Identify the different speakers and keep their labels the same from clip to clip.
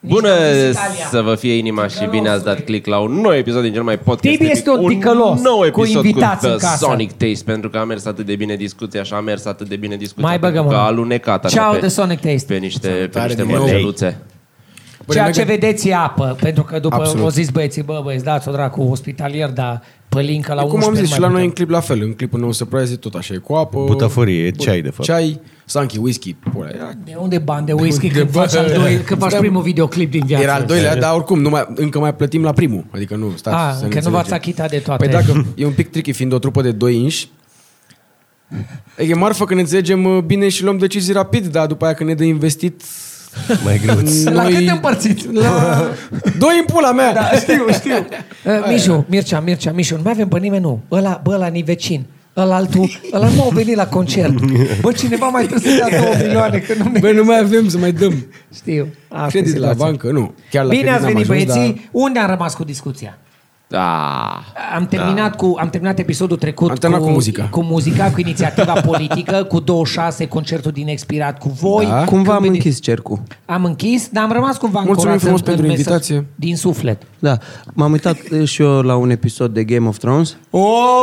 Speaker 1: Bună
Speaker 2: n-am zis Italia.
Speaker 1: să vă fie inima și bine ați dat click la un nou episod din cel mai podcast.
Speaker 3: Tibi este
Speaker 1: epic,
Speaker 3: un ticălos,
Speaker 1: un nou
Speaker 3: cu
Speaker 1: episod cu,
Speaker 3: invitați
Speaker 1: The
Speaker 3: în casă.
Speaker 1: Sonic Taste, pentru că a mers atât de bine discuția și a mers atât de bine discuția,
Speaker 3: Mai
Speaker 1: pentru
Speaker 3: băgăm
Speaker 1: că a
Speaker 3: una.
Speaker 1: alunecat
Speaker 3: Ciao
Speaker 1: pe,
Speaker 3: The Sonic Taste.
Speaker 1: pe niște, pe
Speaker 4: Salutare
Speaker 1: niște
Speaker 4: din nou.
Speaker 1: mărgeluțe.
Speaker 3: Ceea
Speaker 4: noi
Speaker 3: ce
Speaker 4: gând-
Speaker 3: vedeți e apă, pentru că după
Speaker 4: Absolut.
Speaker 3: Absolut. o zis băieții, bă, băieți, dați-o dracu, ospitalier, dar pălincă la
Speaker 4: E
Speaker 3: 11.
Speaker 4: Cum am zis, și
Speaker 3: nu
Speaker 4: la
Speaker 3: mai
Speaker 4: noi în
Speaker 3: putem.
Speaker 4: clip la fel. În clipul nou surprise e tot așa, e cu apă.
Speaker 5: Butăfărie, e
Speaker 4: bun,
Speaker 5: ceai, de fapt.
Speaker 4: Ceai, sanchi, whisky, pula. Era,
Speaker 3: De unde bani de whisky
Speaker 4: De
Speaker 3: când
Speaker 4: bani.
Speaker 3: faci, al doi, când faci primul videoclip din viață?
Speaker 4: era al doilea, dar oricum, nu mai, încă mai plătim la primul. Adică nu, stați
Speaker 3: Ah,
Speaker 4: să
Speaker 3: că
Speaker 4: ne
Speaker 3: nu v-ați
Speaker 4: înțelegem.
Speaker 3: achitat de toate.
Speaker 4: Păi dacă e un pic tricky, fiind o trupă de 2 inși, E marfă că ne înțelegem uh, bine și luăm decizii rapid, dar după aia când ne dă investit...
Speaker 5: Mai greu.
Speaker 3: Păi, La
Speaker 4: noi-
Speaker 3: cât împărțiți?
Speaker 4: La... Doi în pula mea! Da, știu, știu.
Speaker 3: Uh, Mișu, Mircea, Mircea, Mișu, nu mai avem pe nimeni, nu. Ăla, bă, ăla ni vecin. Ăla altul, ăla nu a venit la concert. Bă, cineva mai trebuie să dea 2 milioane, că nu ne...
Speaker 4: Băi, nu mai avem să mai dăm.
Speaker 3: Știu. Asta e
Speaker 4: Credit la
Speaker 3: situația.
Speaker 4: bancă, nu. Chiar la da.
Speaker 3: Bine
Speaker 4: credit
Speaker 3: ați
Speaker 4: n-am
Speaker 3: venit,
Speaker 4: ajuns,
Speaker 3: băieții.
Speaker 4: dar-
Speaker 3: Unde am rămas cu discuția?
Speaker 1: Da.
Speaker 3: Am terminat, da. cu, am terminat episodul trecut
Speaker 4: Am terminat cu muzica.
Speaker 3: cu muzica, cu inițiativa politică, cu 26, concertul din expirat cu voi.
Speaker 4: Da.
Speaker 3: Când
Speaker 6: Păi, Cumva am
Speaker 3: veni-
Speaker 6: închis cercul.
Speaker 3: Am închis, dar am rămas cumva
Speaker 4: Mulțumim
Speaker 3: ancorați
Speaker 4: frumos
Speaker 3: în-
Speaker 4: pentru
Speaker 3: în mesaj-
Speaker 4: invitație.
Speaker 3: Din suflet.
Speaker 6: Da, m-am uitat eh, și eu la un episod de Game of Thrones.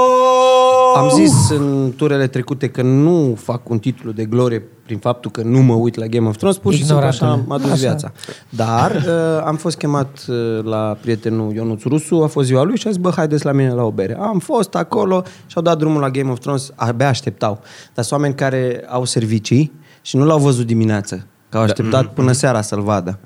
Speaker 4: Oh!
Speaker 6: Am zis în turele trecute că nu fac un titlu de glorie prin faptul că nu mă uit la Game of Thrones, pur și simplu așa
Speaker 3: Ignoratul.
Speaker 6: am adus
Speaker 3: Așa.
Speaker 6: viața. Dar uh, am fost chemat uh, la prietenul Ionuț Rusu, a fost ziua lui și a zis, bă, haideți la mine la o bere. Am fost acolo și au dat drumul la Game of Thrones, abia așteptau. Dar sunt oameni care au servicii și nu l-au văzut dimineață, că au așteptat până seara să-l vadă.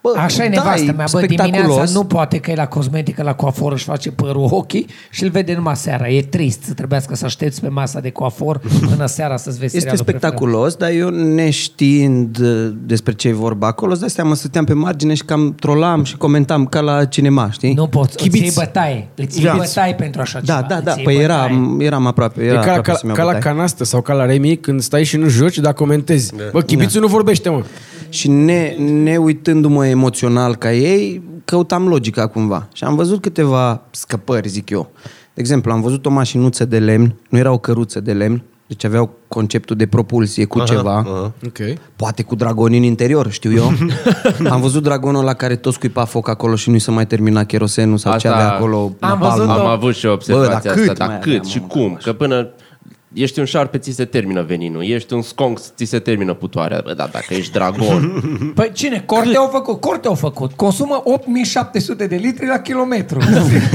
Speaker 6: Bă,
Speaker 3: Așa e
Speaker 6: da,
Speaker 3: nevastă mea, bă, dimineața
Speaker 6: spectaculos.
Speaker 3: nu poate că e la cosmetică, la coafor își face părul ochii și îl vede numai seara. E trist să trebuiască să aștepți pe masa de coafor până seara să-ți vezi
Speaker 6: Este
Speaker 3: serialul preferat.
Speaker 6: spectaculos, dar eu neștiind uh, despre ce e vorba acolo, îți dai seama, stăteam pe margine și cam trolam și comentam ca la cinema, știi?
Speaker 3: Nu poți, îți iei
Speaker 6: Chibiți.
Speaker 3: bătaie. Îți iei
Speaker 6: Da.
Speaker 3: bătaie pentru așa
Speaker 6: Da,
Speaker 3: ceva.
Speaker 6: da, da,
Speaker 3: Îți iei
Speaker 6: păi
Speaker 3: bătaie.
Speaker 6: eram, eram aproape,
Speaker 4: E
Speaker 6: era
Speaker 4: ca,
Speaker 6: aproape
Speaker 4: ca,
Speaker 6: să-mi iau
Speaker 4: ca la
Speaker 6: bătaie.
Speaker 4: canastă sau ca la remi când stai și nu joci, dar comentezi. Bă, chibițul nu vorbește, mă.
Speaker 6: Și ne, ne uitându-mă emoțional ca ei, căutam logica cumva. Și am văzut câteva scăpări, zic eu. De exemplu, am văzut o mașinuță de lemn, nu era o căruță de lemn, deci aveau conceptul de propulsie cu aha, ceva. Aha.
Speaker 4: Ok.
Speaker 6: Poate cu dragoni în interior, știu eu. Am văzut dragonul la care tot scuipa foc acolo și nu i se mai termina cherosenul sau ce
Speaker 1: Asta-
Speaker 6: avea acolo.
Speaker 3: Am
Speaker 6: napalm.
Speaker 3: văzut-o.
Speaker 1: Am avut și observația
Speaker 6: Bă, dar
Speaker 1: asta,
Speaker 6: cât
Speaker 1: dar
Speaker 6: mai
Speaker 1: cât
Speaker 6: aveam,
Speaker 1: și
Speaker 6: mă,
Speaker 1: cum? Că până ești un șarpe, ți se termină veninul. Ești un sconc, ți se termină putoarea. Bă, da, dacă ești dragon.
Speaker 3: Păi cine? Corte au făcut, corte au făcut. Consumă 8700 de litri la kilometru.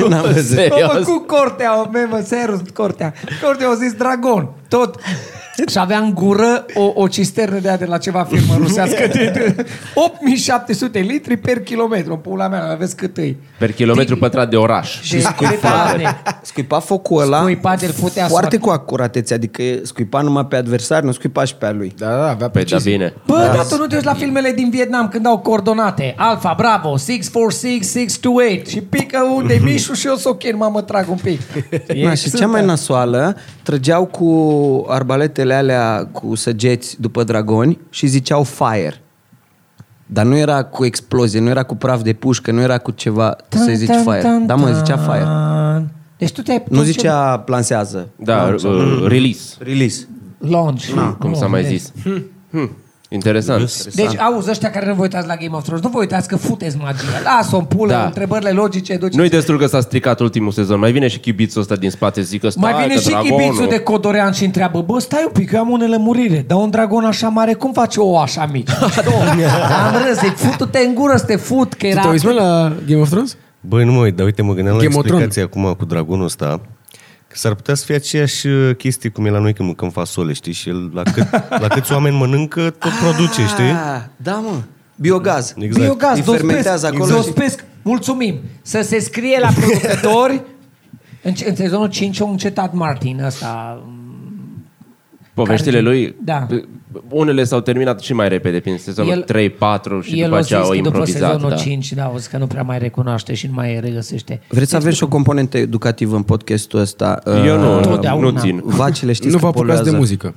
Speaker 6: N-am văzut.
Speaker 3: Au
Speaker 1: Serios?
Speaker 3: făcut cortea, o memă, serios, cortea. Cortea au zis dragon, tot. Și avea în gură o, o cisternă de aia de la ceva firmă rusească de, de 8700 litri per kilometru. Pula mea, aveți cât îi.
Speaker 1: Per kilometru pătrat de oraș.
Speaker 3: Și scuipa,
Speaker 6: Scuipa focul ăla
Speaker 3: Scuipa de-l putea soarta.
Speaker 6: foarte cu acuratețe, adică scuipa numai pe adversar, nu scuipa și pe a lui.
Speaker 4: Da, da, da, avea
Speaker 1: Păi da,
Speaker 4: precizie.
Speaker 1: bine.
Speaker 3: Bă, dar tu nu te uiți la filmele din Vietnam când au coordonate. Alfa, bravo, 646628 și pică unde mișu și eu să o chin, mamă, trag un pic.
Speaker 6: Na, și cea mai nasoală, trăgeau cu arbaletele alea cu săgeți după dragoni și ziceau fire. Dar nu era cu explozie, nu era cu praf de pușcă, nu era cu ceva să-i zici fire. Da, mă, zicea fire.
Speaker 3: Deci tu te-ai...
Speaker 6: Nu zicea plansează.
Speaker 1: Da, uh, release.
Speaker 6: Release.
Speaker 3: Launch.
Speaker 1: Cum
Speaker 3: Nu,
Speaker 1: s-a mai
Speaker 3: vezi.
Speaker 1: zis.
Speaker 3: Hm.
Speaker 1: Hmm. Interesant.
Speaker 3: Deci, auzi, ăștia care nu vă uitați la Game of Thrones, nu vă uitați că futeți magia. Lasă-o în pulă,
Speaker 1: Da.
Speaker 3: da. întrebările logice duceți.
Speaker 1: Nu-i destul că s-a stricat ultimul sezon. Mai vine și chibițul ăsta din spate, zic că stai,
Speaker 3: mai vine
Speaker 1: că
Speaker 3: și
Speaker 1: dragonul.
Speaker 3: chibițul de Codorean și întreabă, bă, stai un pic, eu am unele murire, dar un dragon așa mare, cum face o așa mică? am râs, zic, futu-te în gură să te fut, că
Speaker 4: Tu
Speaker 3: era...
Speaker 4: te uiți, mă, la Game of Thrones?
Speaker 5: Băi, nu mă uit, dar uite, mă gândeam la
Speaker 4: Game of Thrones.
Speaker 5: explicația acum cu dragonul ăsta. Că s-ar putea să fie aceeași uh, chestie cum e la noi când mâncăm fasole, știi? Și el, la, cât, la câți oameni mănâncă, tot produce, știi?
Speaker 6: Ah, da, mă. Biogaz.
Speaker 5: Exact.
Speaker 3: Biogaz,
Speaker 6: Îi fermentează
Speaker 3: dospesc,
Speaker 6: acolo. și-
Speaker 3: dospesc, mulțumim. Să se scrie la producători. în, în sezonul 5 au încetat Martin ăsta.
Speaker 1: Poveștile lui,
Speaker 3: Da.
Speaker 1: unele s-au terminat și mai repede, prin sezonul
Speaker 3: El-
Speaker 1: 3-4 și
Speaker 3: el
Speaker 1: după
Speaker 3: a
Speaker 1: aceea
Speaker 3: zis
Speaker 1: au
Speaker 3: că după
Speaker 1: improvizat.
Speaker 3: sezonul
Speaker 1: Da.
Speaker 3: 5, da, au zis că nu prea mai recunoaște și nu mai regăsește.
Speaker 6: Vreți să aveți și o componentă educativă în podcastul ăsta? Ah,
Speaker 1: Eu nu,
Speaker 3: Totdeauna.
Speaker 1: nu țin.
Speaker 6: Vacile știți
Speaker 4: Nu
Speaker 6: că
Speaker 4: vă apucați
Speaker 6: poluează.
Speaker 4: de muzică.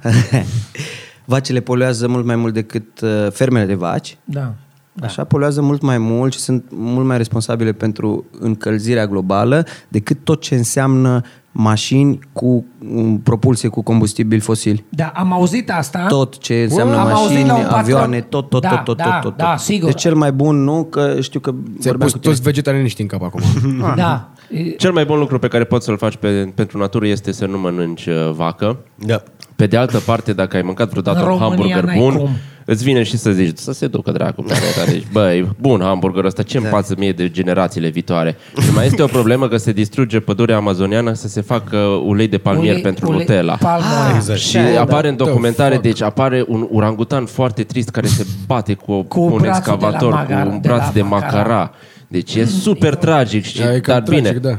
Speaker 6: Vacile poluează mult mai mult decât uh, fermele de vaci.
Speaker 3: Da.
Speaker 6: Da. Așa poluează mult mai mult și sunt mult mai responsabile pentru încălzirea globală decât tot ce înseamnă mașini cu um, propulsie cu combustibili fosili.
Speaker 3: Da, am auzit asta.
Speaker 6: Tot ce înseamnă
Speaker 3: Am auzit
Speaker 6: mașini,
Speaker 3: la un patron-
Speaker 6: avioane, tot, tot,
Speaker 3: Da,
Speaker 6: tot, tot,
Speaker 3: da,
Speaker 6: tot, tot.
Speaker 3: da, sigur.
Speaker 6: Deci cel mai bun, nu? Că știu că
Speaker 4: Ți-ai
Speaker 6: vorbeam
Speaker 4: pus
Speaker 6: cu tine.
Speaker 4: toți vegetarianiștii în cap acum.
Speaker 3: Da. E,
Speaker 1: Cel mai bun lucru pe care poți să-l faci pe, pentru natură este să nu mănânci uh, vacă.
Speaker 5: Da.
Speaker 1: Pe de altă parte, dacă ai mâncat vreodată
Speaker 3: În
Speaker 1: un
Speaker 3: România
Speaker 1: hamburger
Speaker 3: n-ai
Speaker 1: bun,
Speaker 3: cum.
Speaker 1: îți vine și să zici, să se ducă dracu, planeta." deci, băi, bun hamburger ăsta, ce îmi pasă mie de generațiile viitoare? Și mai este o problemă că se distruge pădurea amazoniană să se facă uh, ulei de palmier
Speaker 3: ulei-
Speaker 1: pentru
Speaker 3: ulei-
Speaker 1: Nutella.
Speaker 3: Palmă.
Speaker 5: exact.
Speaker 1: Și apare în
Speaker 4: the
Speaker 1: documentare,
Speaker 4: fuck?
Speaker 1: deci apare un orangutan foarte trist care se bate cu,
Speaker 3: Cu
Speaker 1: cu un
Speaker 3: brațul de
Speaker 1: excavator,
Speaker 3: la magar-
Speaker 1: cu un
Speaker 3: de
Speaker 1: braț
Speaker 3: la
Speaker 1: de,
Speaker 3: macara. Mm.
Speaker 1: macara. Deci e super tragic, și,
Speaker 4: Da, e cam
Speaker 1: dar bine.
Speaker 4: tragic, da.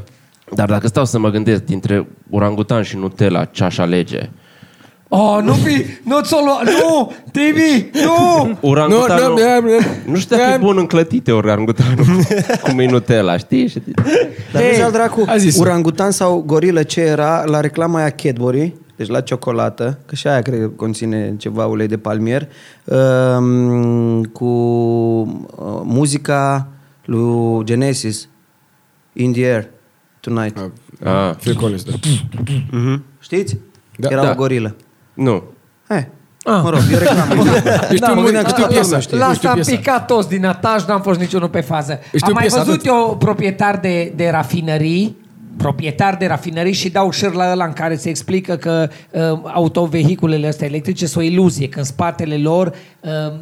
Speaker 1: Dar dacă stau să mă gândesc dintre orangutan și Nutella, ce aș alege?
Speaker 3: Oh, nu fi, nu ți-o lua, nu, Tibi, nu!
Speaker 1: Orangutanul...
Speaker 4: Nu, nu, nu, nu.
Speaker 1: nu știu dacă e bun în clătite orangutanul, cum e Nutella, știi? Și-
Speaker 6: Dar
Speaker 4: Ei,
Speaker 6: hey, al dracu,
Speaker 4: a zis-o.
Speaker 6: orangutan sau gorilă ce era la reclama aia Cadbury, deci la ciocolată, că și aia cred că conține ceva ulei de palmier, um, cu uh, muzica lui Genesis, In the Air, Tonight. Uh.
Speaker 1: Ah,
Speaker 4: Phil Collins, da.
Speaker 6: Știți?
Speaker 4: Da,
Speaker 6: era
Speaker 1: da.
Speaker 6: o gorilă.
Speaker 1: nu.
Speaker 6: Hai. Ah. Mă rog, e reclamă.
Speaker 1: Deci
Speaker 4: Eu știu, Da, mă,
Speaker 3: Da, gândeam că
Speaker 4: știu
Speaker 1: da,
Speaker 3: toată
Speaker 4: piesa,
Speaker 3: lumea
Speaker 4: știu,
Speaker 3: La
Speaker 4: eu
Speaker 3: asta
Speaker 4: știu
Speaker 3: am
Speaker 4: piesa.
Speaker 3: picat toți din ataș, n-am fost niciunul pe fază.
Speaker 4: Știu
Speaker 3: am mai
Speaker 4: piesa,
Speaker 3: văzut
Speaker 4: atât.
Speaker 3: eu proprietari de, de rafinării proprietari de rafinării și dau șir la ăla în care se explică că uh, autovehiculele astea electrice sunt o iluzie, că în spatele lor uh,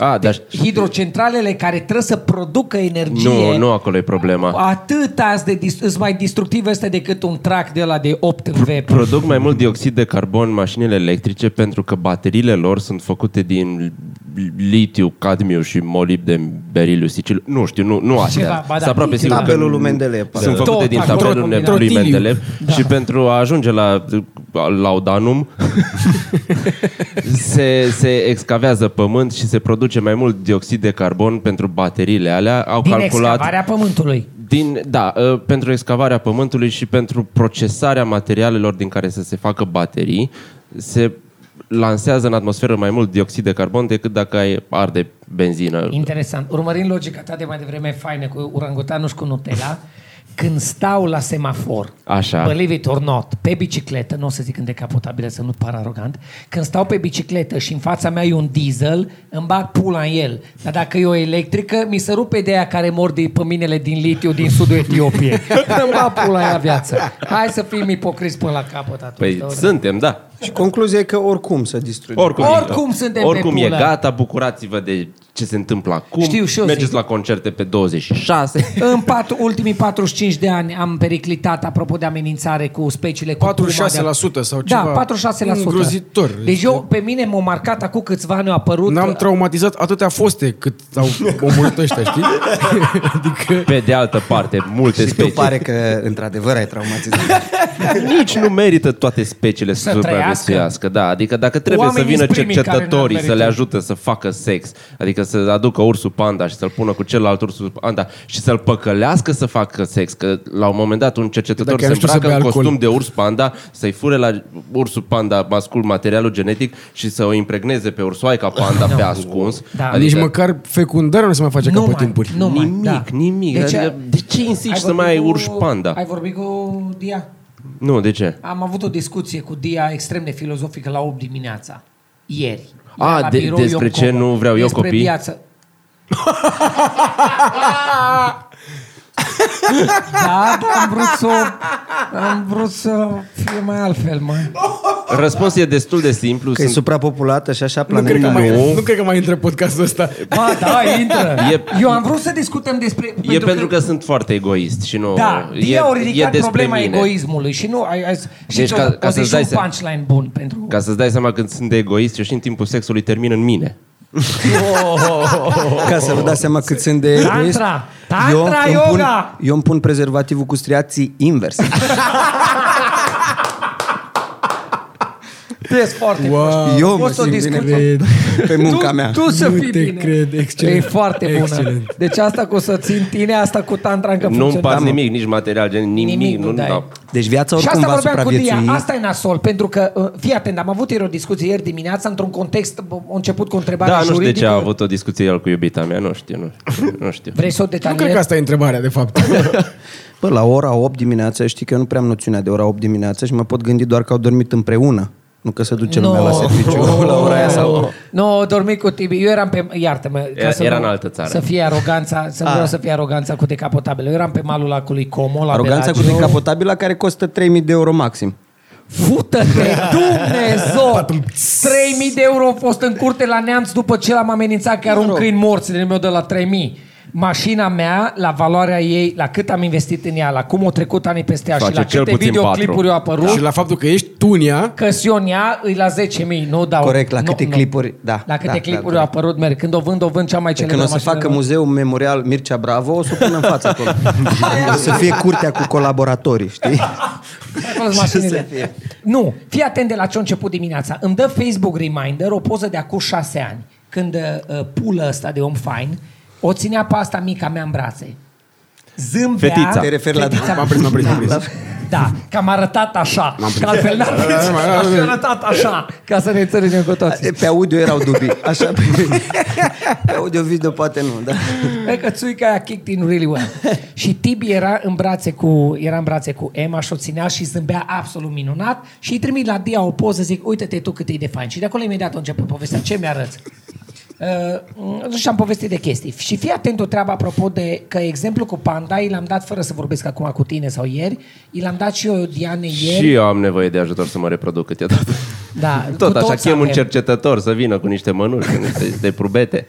Speaker 1: Ah, dar
Speaker 3: hidrocentralele care trebuie să producă energie
Speaker 1: nu, nu acolo e problema.
Speaker 3: atât azi de dis- sunt mai destructive este decât un trac de la de 8 în V.
Speaker 1: Produc mai mult dioxid de carbon mașinile electrice pentru că bateriile lor sunt făcute din litiu, cadmiu și molib de beriliu, sicil. Nu știu, nu, nu
Speaker 3: Ceva,
Speaker 1: astea.
Speaker 3: ba da,
Speaker 1: Sunt aproape
Speaker 3: litiu.
Speaker 1: sigur că
Speaker 6: Tabelul lui Mendeleev,
Speaker 1: Sunt făcute
Speaker 6: parcă.
Speaker 3: Tot Da.
Speaker 1: din
Speaker 3: acolo,
Speaker 1: tabelul ne-
Speaker 3: combinat.
Speaker 1: lui
Speaker 4: Trotiliu.
Speaker 1: Mendeleev și pentru a ajunge la laudanum se, se excavează pământ și se produce mai mult dioxid de carbon pentru bateriile alea. Au
Speaker 3: Din
Speaker 1: calculat
Speaker 3: excavarea pământului.
Speaker 1: din, da, uh, pentru excavarea pământului și pentru procesarea materialelor din care să se facă baterii, se lansează în atmosferă mai mult dioxid de carbon decât dacă ai arde benzină.
Speaker 3: Interesant. Urmărind logica ta de mai devreme faină cu orangutanul și cu Nutella, când stau la semafor,
Speaker 1: Așa.
Speaker 3: believe it or not, pe bicicletă, nu o să zic îndecapotabilă să nu par arogant, când stau pe bicicletă și în fața mea e un diesel, îmi bag pula în el. Dar dacă e o electrică, mi se rupe de aia care mor de păminele din litiu din sudul Etiopiei. îmi bag pula în ea viață. Hai să fim ipocriți până la capăt atunci.
Speaker 1: Păi
Speaker 3: Da,
Speaker 1: suntem, da.
Speaker 6: Și concluzia e că oricum să distruge.
Speaker 1: Oricum,
Speaker 3: Oricum suntem pe
Speaker 1: oricum e
Speaker 3: pulă.
Speaker 1: gata, bucurați-vă de ce se întâmplă acum.
Speaker 3: Știu și eu,
Speaker 1: Mergeți
Speaker 3: zic.
Speaker 1: la concerte pe 26.
Speaker 3: În patru, ultimii 45 de ani am periclitat, apropo de amenințare cu speciile cu
Speaker 4: 46% sau ceva.
Speaker 3: Da, 46%.
Speaker 4: Îngrozitor.
Speaker 3: Deci eu, pe mine m-a marcat acum câțiva ani, a apărut... uh,
Speaker 4: N-am traumatizat atâtea foste cât au omorât ăștia, știi? adică...
Speaker 1: Pe de altă parte, multe
Speaker 6: Și tu
Speaker 1: specii.
Speaker 6: pare că într-adevăr ai traumatizat.
Speaker 1: Nici nu merită toate speciile să,
Speaker 3: Să trăiască.
Speaker 1: supraviețuiască. Da, adică dacă trebuie
Speaker 3: Oamenii
Speaker 1: să vină
Speaker 3: sunt primii care
Speaker 1: cercetătorii
Speaker 3: n-ar
Speaker 1: să le
Speaker 3: merita.
Speaker 1: ajute să facă sex, adică să aducă ursul panda și să-l pună cu celălalt ursul panda și să-l păcălească să facă sex, că la un moment dat un cercetător
Speaker 4: Dacă
Speaker 1: se
Speaker 4: nu știu să
Speaker 1: îmbracă în
Speaker 4: bea alcool.
Speaker 1: costum de urs panda, să-i fure la ursul panda mascul materialul genetic și să o impregneze pe ursoaica panda pe ascuns.
Speaker 3: Da.
Speaker 4: Adică... Nici măcar fecundarea nu se mai face
Speaker 3: nu
Speaker 4: ca pe
Speaker 3: mai,
Speaker 4: timpuri.
Speaker 3: Nu mai,
Speaker 1: Nimic,
Speaker 3: da.
Speaker 1: nimic. Adică, de ce insisti
Speaker 3: ai
Speaker 1: să mai
Speaker 3: vorbit
Speaker 1: ai urși panda?
Speaker 3: Ai vorbit cu Dia?
Speaker 1: Nu, de ce?
Speaker 3: Am avut o discuție cu Dia extrem de filozofică la 8 dimineața, ieri.
Speaker 1: A,
Speaker 3: Ea la
Speaker 1: de-
Speaker 3: birou, eu
Speaker 1: despre
Speaker 3: în
Speaker 1: ce
Speaker 3: comă.
Speaker 1: nu vreau eu
Speaker 3: despre
Speaker 1: copii?
Speaker 3: Viață. da, da, am vrut să am vrut să fie mai altfel, mă.
Speaker 1: Răspunsul e destul de simplu.
Speaker 6: Că e
Speaker 1: sunt-
Speaker 6: suprapopulată și așa
Speaker 4: Nu cred, că
Speaker 6: planetară.
Speaker 4: mai, nu cred că mai intră podcastul ăsta.
Speaker 3: Ba, da, intră.
Speaker 1: E-
Speaker 3: Eu am vrut să discutăm despre...
Speaker 1: E pentru că, sunt foarte egoist și nu...
Speaker 3: Da,
Speaker 1: e,
Speaker 3: Dia au ridicat
Speaker 1: despre
Speaker 3: problema
Speaker 1: mine.
Speaker 3: egoismului și nu... Ai, ai, și
Speaker 1: Deci
Speaker 3: deci,
Speaker 1: ca-
Speaker 3: ca,
Speaker 1: ca
Speaker 3: o
Speaker 1: să-ți
Speaker 3: să-ți
Speaker 1: dai
Speaker 3: un
Speaker 1: seama-
Speaker 3: punchline bun pentru...
Speaker 1: Ca să-ți dai seama când sunt de egoist, eu și în timpul sexului termin în mine.
Speaker 6: Ca să vă dați seama cât sunt de
Speaker 3: Tantra!
Speaker 6: egoist.
Speaker 3: Tantra
Speaker 6: îmi pun,
Speaker 3: yoga! Ah,
Speaker 6: eu îmi pun prezervativul cu striații invers.
Speaker 3: Ești foarte
Speaker 4: Wow.
Speaker 3: prost.
Speaker 6: Eu
Speaker 3: A
Speaker 6: mă
Speaker 3: fost o
Speaker 6: simt bine
Speaker 3: discuție.
Speaker 6: pe, pe munca
Speaker 3: tu,
Speaker 6: mea.
Speaker 3: Tu să
Speaker 4: Nu
Speaker 3: fii
Speaker 4: te
Speaker 3: bine.
Speaker 4: cred, excelent.
Speaker 3: E foarte bună.
Speaker 4: Excelent.
Speaker 3: Deci asta cu să țin tine, asta cu tantra încă
Speaker 1: Nu îmi
Speaker 3: funcționează.
Speaker 1: pas nimic, nici material, gen nimic.
Speaker 3: Nimic nu
Speaker 1: nu,
Speaker 3: dai.
Speaker 1: da.
Speaker 6: Deci viața
Speaker 3: Și
Speaker 6: oricum
Speaker 3: asta
Speaker 6: va
Speaker 3: vorbeam cu Dia,
Speaker 6: supraviețui.
Speaker 3: asta e nasol, pentru că, uh, fii atent, am avut ieri o discuție ieri dimineața într-un context, bă, a început cu întrebarea
Speaker 1: da, nu știu de
Speaker 3: juridică.
Speaker 1: ce a avut o discuție el cu iubita mea, nu știu, nu știu. Nu știu.
Speaker 3: Vrei să o
Speaker 4: Nu cred
Speaker 3: detaliez?
Speaker 4: că asta e întrebarea, de fapt.
Speaker 6: Bă, la ora 8 dimineața, știi că eu nu prea am noțiunea de ora 8 dimineața și mă pot gândi doar că au dormit împreună. Nu că se duce lumea la serviciu la ora aia sau...
Speaker 3: Nu, dormi cu Tibi. Eu eram pe... Iartă-mă. ca
Speaker 1: Era-
Speaker 3: să
Speaker 1: era
Speaker 3: nu-
Speaker 1: în altă țară. Ah.
Speaker 3: Să fie aroganța, să nu vreau să fie aroganța cu decapotabile. Eu eram pe malul lacului Como, la
Speaker 6: Aroganța cu
Speaker 3: Bellagio.
Speaker 6: decapotabila care costă 3000 de euro maxim.
Speaker 3: Fută-te, Dumnezeu! 3000 de euro au fost în curte la neamț după ce l-am amenințat că arunc câini morți din meu de la 3000. Mașina mea, la valoarea ei, la cât am investit în ea, la cum au trecut anii peste ea și
Speaker 1: Face
Speaker 3: la
Speaker 1: cel
Speaker 3: câte
Speaker 1: puțin
Speaker 3: videoclipuri
Speaker 1: patru.
Speaker 3: au apărut,
Speaker 4: Și la faptul că ești tunia,
Speaker 3: că Sionia îi la 10.000, nu dau.
Speaker 6: Corect, la
Speaker 3: nu,
Speaker 6: câte
Speaker 3: nu.
Speaker 6: clipuri, da,
Speaker 3: La câte
Speaker 6: da, da,
Speaker 3: clipuri
Speaker 6: corect.
Speaker 3: au apărut, merg. Când o vând, o vând cea mai
Speaker 6: Deci
Speaker 3: celebră
Speaker 6: când o să
Speaker 3: mașină
Speaker 6: facă
Speaker 3: din lume.
Speaker 6: muzeul memorial Mircea Bravo, o să o pun în fața acolo. o să fie curtea cu colaboratorii, știi?
Speaker 3: Acolo sunt mașinile. Nu, fii atent de la ce a început dimineața. Îmi dă Facebook Reminder o poză de acum șase ani, când uh, pulă ăsta de om fain o ținea pe asta mica mea în brațe. Zâmbea...
Speaker 1: Fetița.
Speaker 6: Te referi la-
Speaker 3: Fetița-
Speaker 4: M-am prins, m-am prins, m-am prins.
Speaker 3: Da. Da, că am arătat așa. Că altfel n-am prins. Am arătat așa, ca să ne înțelegem cu toții.
Speaker 6: Da, Pe audio erau dubii. Așa, pe, pe audio video poate nu, da.
Speaker 3: Bă, că țuica aia kicked in really well. și Tibi era în brațe cu, era în brațe cu Emma și o ținea și zâmbea absolut minunat și îi trimit la Dia o poză, zic, uite-te tu cât e de fain. Și de acolo imediat a început povestea, ce mi-arăți? Uh, și am povestit de chestii. Și fii atent o treabă apropo de că exemplu cu Panda, i l-am dat fără să vorbesc acum cu tine sau ieri, i l-am dat și eu Diane ieri.
Speaker 1: Și eu am nevoie de ajutor să mă reproduc câteodată.
Speaker 3: da,
Speaker 1: Tot
Speaker 3: cu
Speaker 1: așa,
Speaker 3: toți
Speaker 1: chem un
Speaker 3: avem.
Speaker 1: cercetător să vină cu niște mănuși, cu niște de probete.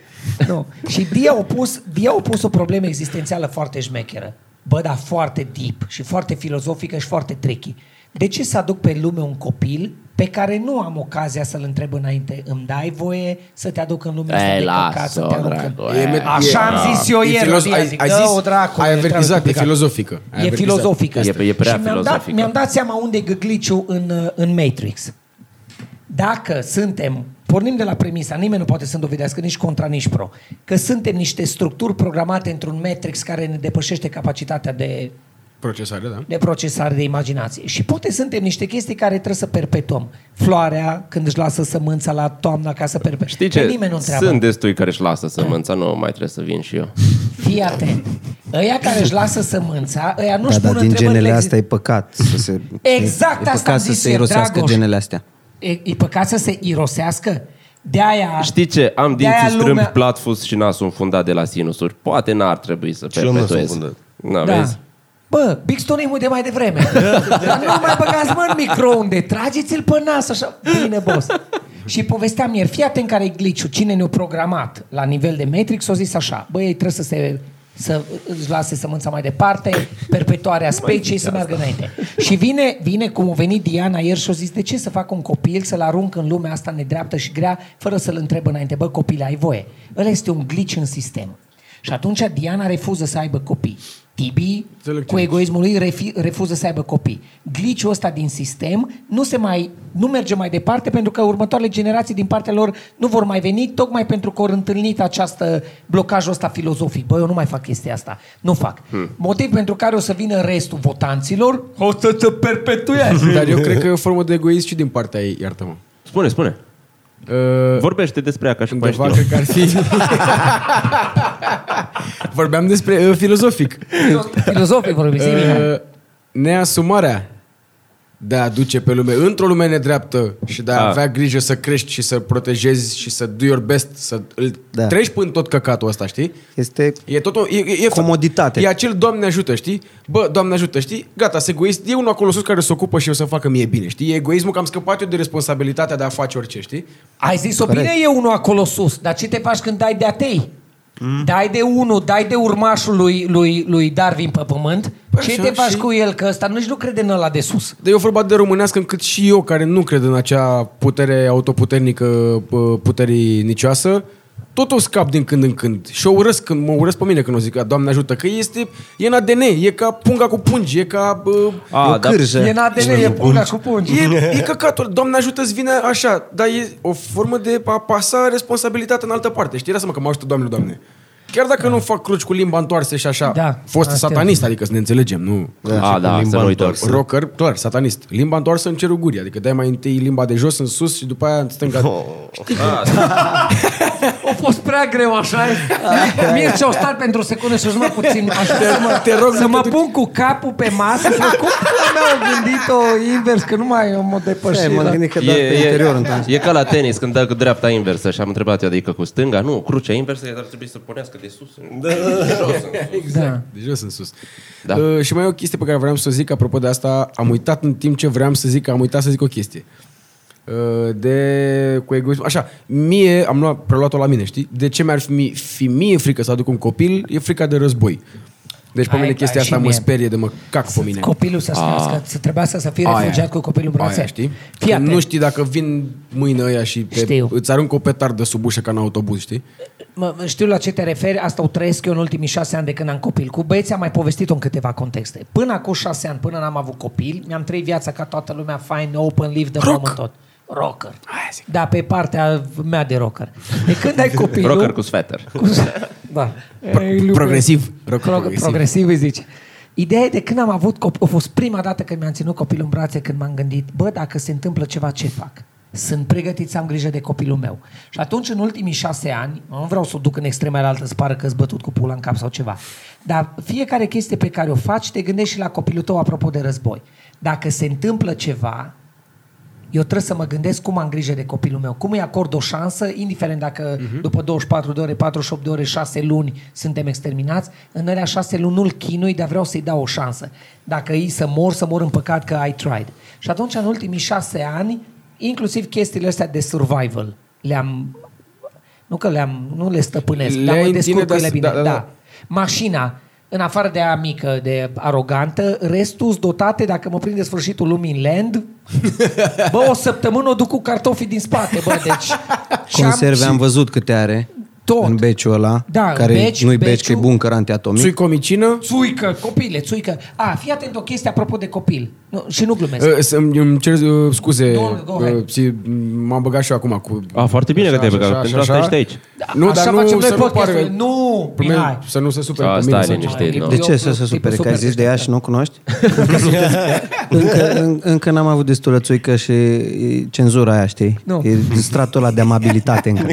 Speaker 3: Nu. Și Dia a, pus, Dia a pus o problemă existențială foarte șmecheră. Bă, dar foarte deep și foarte filozofică și foarte tricky. De ce să aduc pe lume un copil pe care nu am ocazia să-l întreb înainte? Îmi dai voie să te aduc în lumea asta
Speaker 1: Ei,
Speaker 3: de căcat, să
Speaker 1: lasă-o,
Speaker 3: te arunc în-
Speaker 1: dracu,
Speaker 4: E met-
Speaker 3: Așa
Speaker 4: e-
Speaker 3: am zis eu
Speaker 4: e
Speaker 3: ieri.
Speaker 4: filoz-
Speaker 3: Bine,
Speaker 4: ai-
Speaker 3: zic,
Speaker 4: ai
Speaker 3: dă-o,
Speaker 4: zis-
Speaker 3: dracu,
Speaker 4: ai
Speaker 3: e
Speaker 4: avertizat,
Speaker 3: treabă
Speaker 4: e
Speaker 3: complicată.
Speaker 4: filozofică. Ai
Speaker 3: E
Speaker 4: avertizat.
Speaker 3: filozofică.
Speaker 1: E-
Speaker 3: asta.
Speaker 1: e prea da.
Speaker 3: Și mi-am dat,
Speaker 1: filozofică.
Speaker 3: mi-am dat seama unde e gâgliciu în, uh, în Matrix. Dacă suntem, pornim de la premisa, nimeni nu poate să-mi dovedească nici contra, nici pro, că suntem niște structuri programate într-un Matrix care ne depășește capacitatea de
Speaker 4: procesare, da?
Speaker 3: de procesare de imaginație. Și poate suntem niște chestii care trebuie să perpetuăm. Floarea, când își lasă sămânța la toamna ca să perpetuăm.
Speaker 1: Știi ce?
Speaker 3: Pe nimeni nu întreabă. Da.
Speaker 1: Sunt destui care își lasă sămânța, nu mai trebuie să vin și eu.
Speaker 3: Fii atent. Ăia care își lasă sămânța, ăia nu-și
Speaker 6: Da,
Speaker 3: pun
Speaker 6: dar din
Speaker 3: întrebările
Speaker 6: genele astea
Speaker 3: exist-
Speaker 6: e păcat să se,
Speaker 3: Exact
Speaker 6: e
Speaker 3: asta am
Speaker 6: păcat să
Speaker 3: zis
Speaker 6: se
Speaker 3: eu,
Speaker 6: irosească
Speaker 3: Dragoș.
Speaker 6: genele astea.
Speaker 3: E, e păcat să se irosească? De-aia...
Speaker 1: Știi ce? Am
Speaker 3: de-aia
Speaker 1: dinții strâmbi, lumea...
Speaker 3: lumea-
Speaker 1: platfus și nasul înfundat de la sinusuri. Poate n-ar trebui să
Speaker 5: Și eu nu sunt
Speaker 1: perpetuez.
Speaker 5: înfundat.
Speaker 1: Na, da. vezi?
Speaker 3: Bă, Big Stone e mult de mai devreme. Dar nu mai băgați mă în microunde. Trageți-l pe nas așa. Bine, boss. Și povesteam ieri, fii atent care e glitch Cine ne-a programat la nivel de Matrix, o zis așa. Bă, ei trebuie să se să își lase sămânța mai departe, perpetuarea speciei să meargă înainte. Și vine, vine cum a venit Diana ieri și a zis, de ce să fac un copil, să-l arunc în lumea asta nedreaptă și grea, fără să-l întreb înainte, bă, copile, ai voie. Ăla este un glitch în sistem. Și atunci Diana refuză să aibă copii. Tibi,
Speaker 4: Înțeleg ce
Speaker 3: cu egoismul lui, refi, refuză să aibă copii. Glitch-ul ăsta din sistem nu, se mai, nu merge mai departe pentru că următoarele generații din partea lor nu vor mai veni tocmai pentru că au întâlnit această blocajul ăsta filozofic. Băi, eu nu mai fac chestia asta. Nu fac. Hmm. Motiv pentru care o să vină restul votanților o să te perpetuezi.
Speaker 4: Dar eu cred că e o formă de egoism și din partea ei, iartă-mă.
Speaker 1: Spune, spune.
Speaker 4: Uh,
Speaker 1: Vorbește despre ea ca și cum ai
Speaker 4: Undeva
Speaker 1: știu.
Speaker 4: cred că ar fi... Vorbeam despre uh, filozofic.
Speaker 3: filozofic vorbim. zi, Mihai.
Speaker 4: Uh, neasumarea de a aduce pe lume într-o lume nedreaptă și de a
Speaker 1: Da.
Speaker 4: avea grijă să crești și să protejezi și să do your best, să îl
Speaker 6: Da.
Speaker 4: da. treci până tot căcatul ăsta, știi?
Speaker 6: Este
Speaker 4: E tot o, e, e, e,
Speaker 6: Comoditate.
Speaker 4: E acel Doamne ajută, știi? Bă, Doamne ajută, știi? Gata, sunt egoist. E unul acolo sus care se ocupă și eu să facă mie bine, știi? E egoismul că am scăpat eu de responsabilitatea de a face orice, știi?
Speaker 3: Ai zis-o
Speaker 6: Corect.
Speaker 3: bine, e unul acolo sus, dar ce te faci când dai de atei?
Speaker 4: Hmm?
Speaker 3: Mm. Dai de unul, dai de urmașul lui, lui, lui Darwin pe pământ.
Speaker 4: Păi
Speaker 3: ce
Speaker 4: așa,
Speaker 3: te faci
Speaker 4: și-
Speaker 3: cu el? Că ăsta nici nu crede în ăla de sus.
Speaker 4: Dar e o vorba de românească încât și eu, care nu cred în acea putere autoputernică, pă, puterii nicioasă, tot o scap din când în când și o urăsc, când, mă urăsc pe mine când o zic, "A, Doamne ajută, că este, e în ADN, e ca punga cu pungi, e ca... Bă,
Speaker 1: A,
Speaker 6: o cârjă.
Speaker 3: E în ADN, e punga cu pungi.
Speaker 4: e, e căcatul, Doamne ajută să vină așa, dar e o formă de a pasa responsabilitatea în altă parte. Știi, lasă-mă că mă ajută, Doamne, Doamne. Chiar dacă nu fac cruci cu limba întoarsă și așa,
Speaker 3: Da,
Speaker 4: fost
Speaker 3: asta e.
Speaker 4: satanist, adică să ne înțelegem, nu...
Speaker 1: A, da, să nu uităm.
Speaker 5: întoarsă.
Speaker 4: Rocker, clar, satanist. Limba întoarsă în cerul gurii, adică dai mai întâi limba de jos în sus și după aia în stânga.
Speaker 3: A fost prea greu așa. Mircea, o stat pentru o secundă și o jumătate puțin. Așa, să mă,
Speaker 4: te rog,
Speaker 3: să
Speaker 4: nu
Speaker 3: mă
Speaker 4: te duci.
Speaker 3: pun cu capul pe masă. Să cum pula mea au gândit-o invers, că nu mai mă depăși.
Speaker 6: E, mă gândesc că doar pe interior întâi.
Speaker 1: e ca la tenis, când dă cu dreapta inversă și am întrebat eu, adică cu stânga? Nu, crucea inversă, dar ar trebui să pornească de sus. în- de jos în sus.
Speaker 3: Da.
Speaker 4: De jos în Deci sus.
Speaker 1: Da.
Speaker 4: Da. Uh, și mai e o chestie pe care vreau să o zic, apropo de asta, am uitat în timp ce vreau să zic, am uitat să zic o chestie. Uh, de cu egoism. Așa, mie, am luat, preluat-o la mine, știi? De ce mi-ar fi, fi mie frică să aduc un copil? E frica de război. Deci pe
Speaker 3: Ai,
Speaker 4: mine
Speaker 3: ai,
Speaker 4: chestia
Speaker 3: și
Speaker 4: asta mă
Speaker 3: mie.
Speaker 4: sperie de mă cac pe mine.
Speaker 3: Copilul să se nască, să trebuia să, să fie
Speaker 4: Aia.
Speaker 3: refugiat cu copilul în brațe.
Speaker 4: Aia, știi?
Speaker 3: Fii
Speaker 4: Că
Speaker 3: atent.
Speaker 4: Nu știi dacă vin mâine ăia și te,
Speaker 3: Știu.
Speaker 4: îți aruncă o petardă sub ușă ca în autobuz, știi?
Speaker 3: Mă, mă, știu la ce te referi, asta o trăiesc eu în ultimii șase ani de când am copil. Cu băieții am mai povestit-o în câteva contexte. Până acum șase ani, până n-am avut copil, mi-am trăit viața ca toată lumea, fine, open, live, de
Speaker 4: Rock.
Speaker 3: pământ tot. Rocker. Da, pe partea mea de rocker. De când ai copilul...
Speaker 1: Rocker cu sweater.
Speaker 3: Cum să- Da.
Speaker 4: Pro-
Speaker 3: E, Lupe.
Speaker 4: progresiv. Rock
Speaker 3: Pro-
Speaker 4: progresiv.
Speaker 3: progresiv îi zice. Ideea e de când am avut copil, a fost prima dată când mi-am ținut copilul în brațe, când m-am gândit, bă, dacă se întâmplă ceva, ce fac? Sunt pregătit să am grijă de copilul meu. Și atunci, în ultimii șase ani, nu vreau să o duc în extrema aia altă, să pară că-s bătut cu pula în cap sau ceva, dar fiecare chestie pe care o faci, te gândești și la copilul tău apropo de război. Dacă se întâmplă ceva, eu trebuie să mă gândesc cum am grijă de copilul meu, cum îi acord o șansă, indiferent dacă
Speaker 4: Mhm.
Speaker 3: uh-huh. după 24 de ore, 48 de ore, 6 luni suntem exterminați, în alea 6 luni nu-l chinui, dar vreau să-i dau o șansă. Dacă ei să mor, să mor în păcat că I tried. Și atunci, în ultimii 6 ani, inclusiv chestiile astea de survival, le-am... Nu că le-am... Nu le stăpânesc, le
Speaker 4: Le-ai
Speaker 3: dar mă
Speaker 4: în tine,
Speaker 3: descurc cu
Speaker 4: dar-
Speaker 3: ele bine.
Speaker 4: da, da, da.
Speaker 3: da. Mașina, în afară de aia mică, de arogantă, restul sunt dotate, dacă mă prinde sfârșitul lumii în land, bă, o săptămână o duc cu cartofii din spate, bă, deci... și am-
Speaker 6: Conserve,
Speaker 3: și-
Speaker 6: am văzut câte are.
Speaker 3: Tot.
Speaker 6: În beciul ăla,
Speaker 3: Da,
Speaker 6: care
Speaker 3: beci,
Speaker 6: nu-i beci,
Speaker 3: beciul-
Speaker 6: că e bun cărante atomic.
Speaker 4: Țui comicină,
Speaker 3: Țuică, copile, țuică. A, fii atent o chestie apropo de copil. Nu, și nu glumesc.
Speaker 4: Uh, să- Îmi îmi cer uh, scuze,
Speaker 3: Domnule, go ahead.
Speaker 4: uh, și m-am băgat și eu acum cu...
Speaker 1: A, foarte bine
Speaker 4: Așa,
Speaker 1: că te-ai
Speaker 4: așa,
Speaker 1: băgat,
Speaker 4: așa,
Speaker 1: pentru
Speaker 4: așa.
Speaker 1: asta ești aici.
Speaker 4: Nu,
Speaker 3: Da, Așa
Speaker 4: dar nu,
Speaker 3: facem noi
Speaker 4: să nu
Speaker 3: podcasturile.
Speaker 4: pară...
Speaker 3: Nu,
Speaker 4: Primel,
Speaker 3: Mihai.
Speaker 4: Să nu se supere
Speaker 1: Asta
Speaker 4: pe mine.
Speaker 1: e
Speaker 4: sau-
Speaker 1: liniște. știi, nu.
Speaker 6: De ce
Speaker 3: Da. Eu-
Speaker 6: să se
Speaker 3: eu-
Speaker 6: supere? Că
Speaker 3: super
Speaker 6: ai zis de ea și nu o cunoști? încă, în, încă n-am avut destulă țuică și e cenzura aia, știi?
Speaker 3: Nu.
Speaker 6: E stratul ăla de amabilitate încă.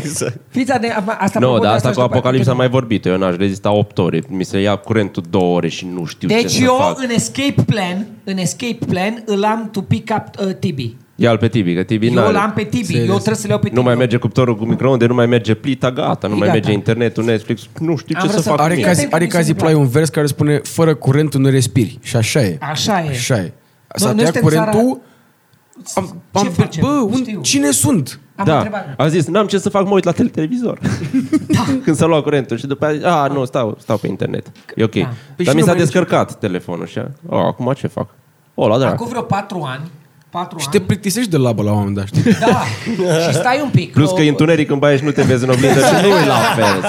Speaker 3: Fiți atent, am- asta
Speaker 1: Nu,
Speaker 3: apropo de
Speaker 1: dar asta
Speaker 3: și
Speaker 1: cu
Speaker 3: după aia
Speaker 1: Apocalipsa am
Speaker 3: continuăm.
Speaker 1: mai vorbit. Eu n-aș rezista 8 ore. Mi se ia curentul 2 ore și nu știu ce
Speaker 3: Deci
Speaker 1: să
Speaker 3: eu,
Speaker 1: fac.
Speaker 3: în escape plan, în escape plan, îl am to pick up uh, Tibi.
Speaker 1: Ia-l pe Tibi, că Tibi
Speaker 3: Eu îl
Speaker 1: n-are.
Speaker 3: am pe Tibi, eu trebuie să le iau pe Tibi.
Speaker 1: Nu mai merge cuptorul cu microunde, nu mai merge plita, gata, nu
Speaker 3: E
Speaker 1: mai
Speaker 3: gata.
Speaker 1: merge internetul, Netflix, nu știu
Speaker 3: Am
Speaker 1: ce
Speaker 3: vrut
Speaker 1: să
Speaker 3: să-
Speaker 1: fac.
Speaker 4: Are
Speaker 1: cu
Speaker 4: ca,
Speaker 1: mine.
Speaker 4: zi- are ca Ziplai un vers care spune Fără curent nu respiri. Și așa e.
Speaker 3: Așa e.
Speaker 4: Așa e.
Speaker 3: Bă,
Speaker 4: S-a
Speaker 3: noi
Speaker 4: tăiat
Speaker 3: suntem țara-
Speaker 4: curentul... Am,
Speaker 3: Ce
Speaker 4: am,
Speaker 3: facem?
Speaker 4: bă,
Speaker 3: Știu.
Speaker 4: un, cine sunt?
Speaker 3: Am da.
Speaker 1: da.
Speaker 3: întrebat.
Speaker 1: A zis, n-am ce să fac, mă uit la tele- televizor. Când s-a luat curentul și după aia, a, nu, stau, stau pe internet. E ok.
Speaker 4: și
Speaker 1: Dar mi s-a
Speaker 4: nu mai-
Speaker 1: descărcat telefonul și a, "A, acum ce fac? da. O, la dracu.
Speaker 3: Acum vreo patru ani, patru
Speaker 4: Și te
Speaker 3: ani,
Speaker 4: plictisești de labă la un moment dat, știi?
Speaker 3: da, și stai un pic.
Speaker 1: Plus că
Speaker 3: o-
Speaker 1: e întuneric în baie și nu te vezi în oglindă și nu e la fel.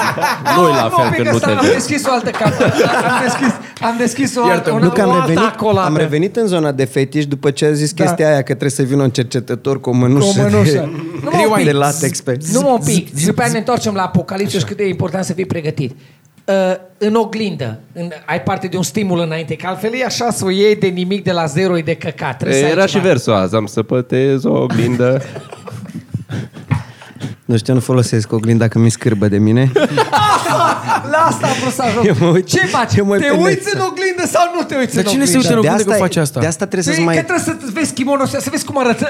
Speaker 1: Nu e la
Speaker 3: Ah, mă,
Speaker 1: fel
Speaker 3: pică
Speaker 1: că nu
Speaker 3: asta,
Speaker 1: te
Speaker 3: am
Speaker 1: vezi.
Speaker 3: deschis o altă cameră. Am deschis, am deschis o altă,
Speaker 6: Nu că
Speaker 3: o
Speaker 6: am
Speaker 3: altă
Speaker 6: revenit,
Speaker 3: acoladă.
Speaker 6: am revenit în zona de fetiș după ce a zis
Speaker 3: Da.
Speaker 6: chestia aia că trebuie să vină un cercetător cu o
Speaker 3: Cu
Speaker 6: mănușă,
Speaker 3: o mănușă.
Speaker 6: de,
Speaker 3: Nu mă opri.
Speaker 6: de latex pe...
Speaker 3: Nu mă un pic. Și după aia ne întoarcem la apocalipsă și cât de e important să fii pregătit. Uh, în oglindă, în, ai parte de un stimul înainte, că altfel e așa să o iei de nimic de la zero, e de căcat. Trebuie să ai
Speaker 1: Era și
Speaker 3: ceva.
Speaker 1: versul azi, am să pătez o oglindă.
Speaker 6: Nu știu, nu folosesc oglinda că mi scârbă de mine.
Speaker 3: Păi La asta am vrut să
Speaker 6: Eu mă
Speaker 3: ajung.
Speaker 6: uit-
Speaker 3: Ce faci?
Speaker 6: eu mă uit
Speaker 3: Te
Speaker 6: pe
Speaker 3: uiți
Speaker 6: net.
Speaker 3: în oglindă sau nu te uiți
Speaker 4: Dar
Speaker 3: în
Speaker 4: cine
Speaker 3: oglindă?
Speaker 4: se uită în
Speaker 6: de
Speaker 4: oglindă
Speaker 6: asta,
Speaker 4: că
Speaker 6: e-
Speaker 4: face asta?
Speaker 6: de asta trebuie să-ți
Speaker 3: Păi, Că
Speaker 6: mai...
Speaker 3: trebuie să vezi kimono ăsta, să vezi cum arată.